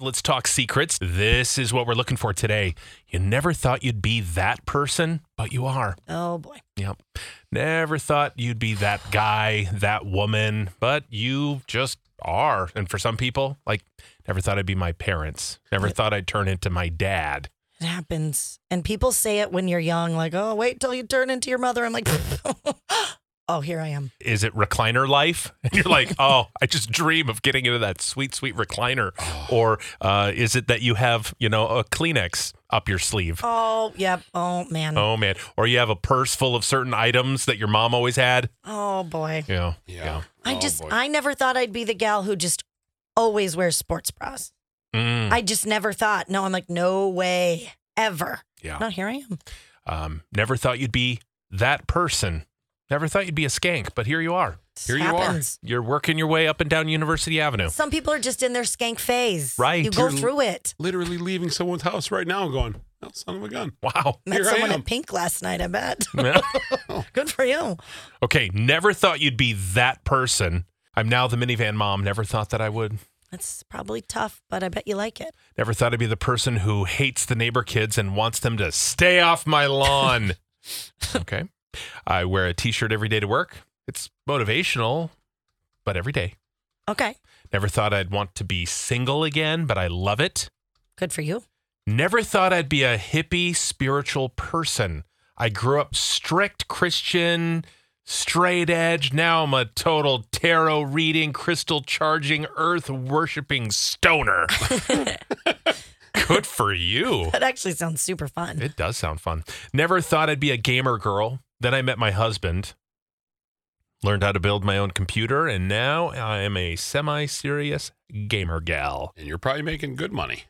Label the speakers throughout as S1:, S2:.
S1: Let's talk secrets. This is what we're looking for today. You never thought you'd be that person, but you are.
S2: Oh boy.
S1: Yep. Never thought you'd be that guy, that woman, but you just are. And for some people, like, never thought I'd be my parents. Never thought I'd turn into my dad.
S2: It happens. And people say it when you're young, like, oh, wait till you turn into your mother. I'm like, oh, here I am.
S1: Is it recliner life? And you're like, oh, I just dream of getting into that sweet, sweet recliner. Or uh, is it that you have, you know, a Kleenex up your sleeve?
S2: Oh, yep. Oh, man. Oh,
S1: Oh man! Or you have a purse full of certain items that your mom always had.
S2: Oh, boy.
S1: Yeah,
S3: Yeah.
S2: I
S3: Oh,
S2: just,
S3: boy.
S2: I never thought I'd be the gal who just always wears sports bras.
S1: Mm,
S2: I just never thought. No, I'm like, no way, ever.
S1: yeah.
S2: No, here I am.
S1: Um, never thought you'd be that person. Never thought you'd be a skank, but here you are.
S2: This
S1: Here
S2: happens.
S1: you are. You're working your way up and down University Avenue.
S2: Some people are just in their skank phase.
S1: Right.
S2: You go
S3: You're-
S2: through it.
S3: Literally leaving someone's house right now, going, "Oh, son of a gun."
S1: Wow.
S2: Met
S3: Here I
S2: someone
S3: am.
S2: in pink last night, I bet.
S1: Yeah.
S2: Good for you.
S1: okay. Never thought you'd be that person. I'm now the minivan mom. Never thought that I would.
S2: That's probably tough, but I bet you like it.
S1: Never thought I'd be the person who hates the neighbor kids and wants them to stay off my lawn. okay. I wear a t shirt every day to work. It's motivational, but every day.
S2: Okay.
S1: Never thought I'd want to be single again, but I love it.
S2: Good for you.
S1: Never thought I'd be a hippie spiritual person. I grew up strict Christian, straight edge. Now I'm a total tarot reading, crystal charging, earth worshiping stoner. Good for you.
S2: That actually sounds super fun.
S1: It does sound fun. Never thought I'd be a gamer girl. Then I met my husband, learned how to build my own computer, and now I am a semi serious gamer gal.
S3: And you're probably making good money.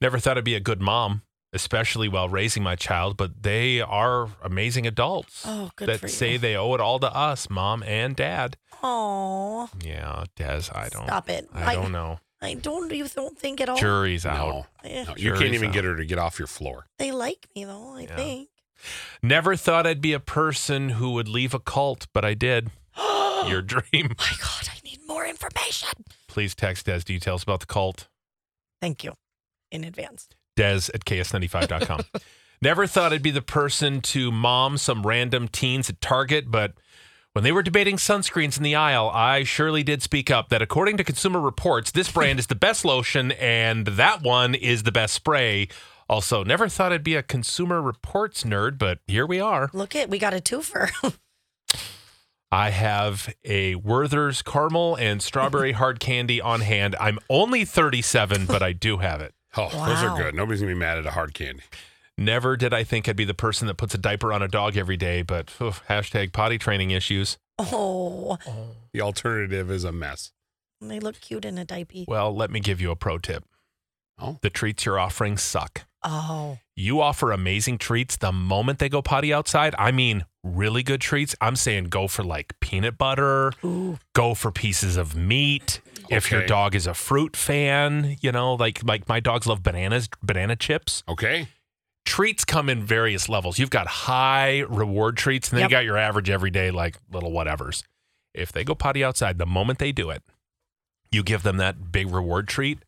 S1: Never thought I'd be a good mom, especially while raising my child, but they are amazing adults
S2: Oh, good
S1: that
S2: for you.
S1: say they owe it all to us, mom and dad.
S2: Oh,
S1: Yeah, Des, I don't.
S2: Stop it.
S1: I don't know.
S2: I don't. You don't think at all.
S1: Jury's out.
S3: No,
S2: Eh,
S3: no, you
S1: Sure
S3: can't
S1: is
S3: even
S1: out.
S3: get her to get off your floor.
S2: They like me though. I
S1: Yeah.
S2: think.
S1: Never thought I'd be a person who would leave a cult, but I did. Your dream.
S2: Oh My God, I need more information.
S1: Please text Des details about the cult.
S2: Thank you, in advance.
S1: Des at ks95.com. Never thought I'd be the person to mom some random teens at Target, but when they were debating sunscreens in the aisle, I surely did speak up that according to Consumer Reports, this brand is the best lotion and that one is the best spray. Also, never thought I'd be a Consumer Reports nerd, but here we are.
S2: Look at we got a twofer.
S1: I have a Werther's caramel and strawberry hard candy on hand. I'm only 37, but I do have it.
S3: Oh, those
S2: Wow.
S3: are good. Nobody's gonna be mad at a hard candy.
S1: Never did I think I'd be the person that puts a diaper on a dog every day, but phew, hashtag potty training issues.
S2: oh,
S3: The alternative is a mess.
S2: they look cute in a diaper.
S1: Well, let me give you a pro tip.
S3: Oh.
S1: The treats you're offering suck.
S2: Oh,
S1: You offer amazing treats the moment they go potty outside. I mean, really good treats. I'm saying go for like peanut butter,
S2: ooh,
S1: go for pieces of meat. If your
S3: Okay.
S1: dog is a fruit fan, you know, like like my dogs love bananas, banana chips.
S3: Okay.
S1: treats come in various levels. You've got high reward treats, and then
S2: Yep.
S1: you got your average everyday, like little whatevers. If they go potty outside, the moment they do it, you give them that big reward treat,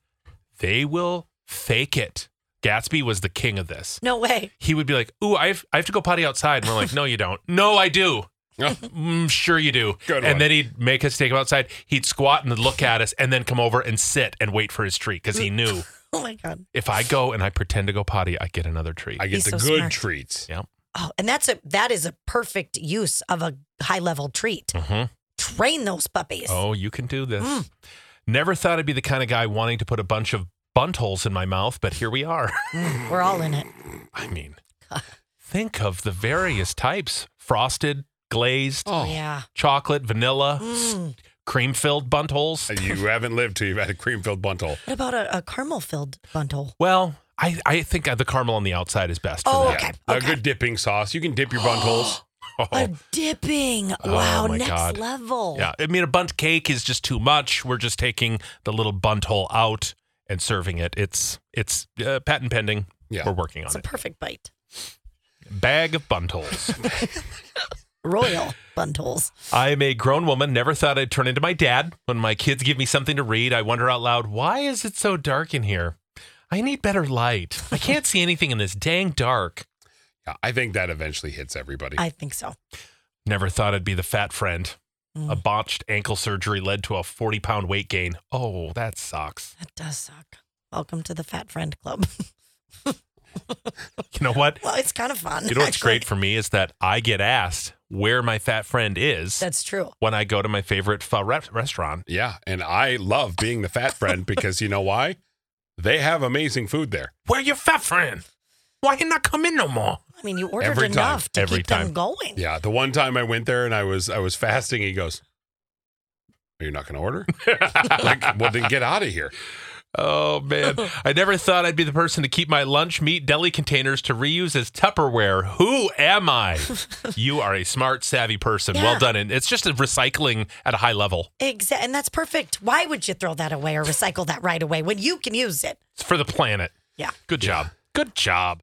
S1: they will fake it. Gatsby was the king of this.
S2: no way.
S1: He would be like, "Ooh, I have, I have to go potty outside," and we're like, "No, you don't. No, I do.
S3: Oh,
S1: Mm, sure, you do."
S3: Good
S1: and
S3: one.
S1: then he'd make us take him outside. He'd squat and look at us, and then come over and sit and wait for his treat because
S3: Mm.
S1: he knew
S2: Oh my God.
S1: if I go and I pretend to go potty, I get another treat.
S3: I get
S2: He's
S3: the
S2: so
S3: good
S2: smart.
S3: treats.
S2: Oh, and that's a that is a perfect use of a high level treat.
S1: Mhm.
S2: Train those puppies.
S1: Oh, you can do this.
S2: Mm.
S1: Never thought I'd be the kind of guy wanting to put a bunch of bunt holes in my mouth, but here we are.
S2: Mm, we're all in it.
S1: I mean, think of the various types frosted, glazed,
S3: Oh,
S2: Yeah.
S1: chocolate, vanilla, s-
S2: Mm.
S1: cream filled bunt holes.
S3: You haven't lived till you've had a cream filled buntle.
S2: What about a, a caramel filled bundle?
S1: Well, I, I think the caramel on the outside is best. For
S2: Oh,
S1: that.
S2: okay.
S3: A
S2: okay.
S3: good dipping sauce. You can dip your buntles.
S2: A dipping.
S1: Oh,
S2: wow.
S1: my
S2: Next
S1: God.
S2: level.
S1: Yeah, I mean, a bunt cake is just too much. We're just taking the little bunt hole out and serving it. It's it's uh, patent pending.
S3: Yeah.
S1: We're working on
S2: It's a
S1: it.
S2: perfect bite.
S1: Bag of bunt holes.
S2: Royal bundles.
S1: I am a grown woman. Never thought I'd turn into my dad. When my kids give me something to read, I wonder out loud, why is it so dark in here? I need better light. I can't see anything in this dang dark.
S3: Yeah, I think that eventually hits everybody.
S2: I think so.
S1: Never thought I'd be the fat friend. A botched ankle surgery led to a 40 pound weight gain. Oh, that sucks.
S2: That does suck. Welcome to the Fat Friend Club.
S1: You know what?
S2: well, it's kind of fun.
S1: You know what's
S2: actually.
S1: great for me is that I get asked where my fat friend is
S2: That's true.
S1: when I go to my favorite pho re- restaurant.
S3: yeah. And I love being the fat friend because you know why? They have amazing food there.
S1: Where your fat friend? Why he not come in no more?
S2: I mean, you ordered
S3: Every time.
S2: enough to
S1: Every
S2: keep
S1: time.
S2: them going.
S3: Yeah. The one time I went there and I was I was fasting, he goes, Are you not gonna order? like, well then get out of here.
S1: Oh man, I never thought I'd be the person to keep my lunch meat deli containers to reuse as Tupperware. Who am I? you are a smart, savvy person. Well
S2: Yeah.
S1: done, and it's just a recycling at a high level.
S2: Exactly. And that's perfect. Why would you throw that away or recycle that right away when you can use it?
S1: It's for the planet.
S2: Yeah.
S1: Good job. Good job.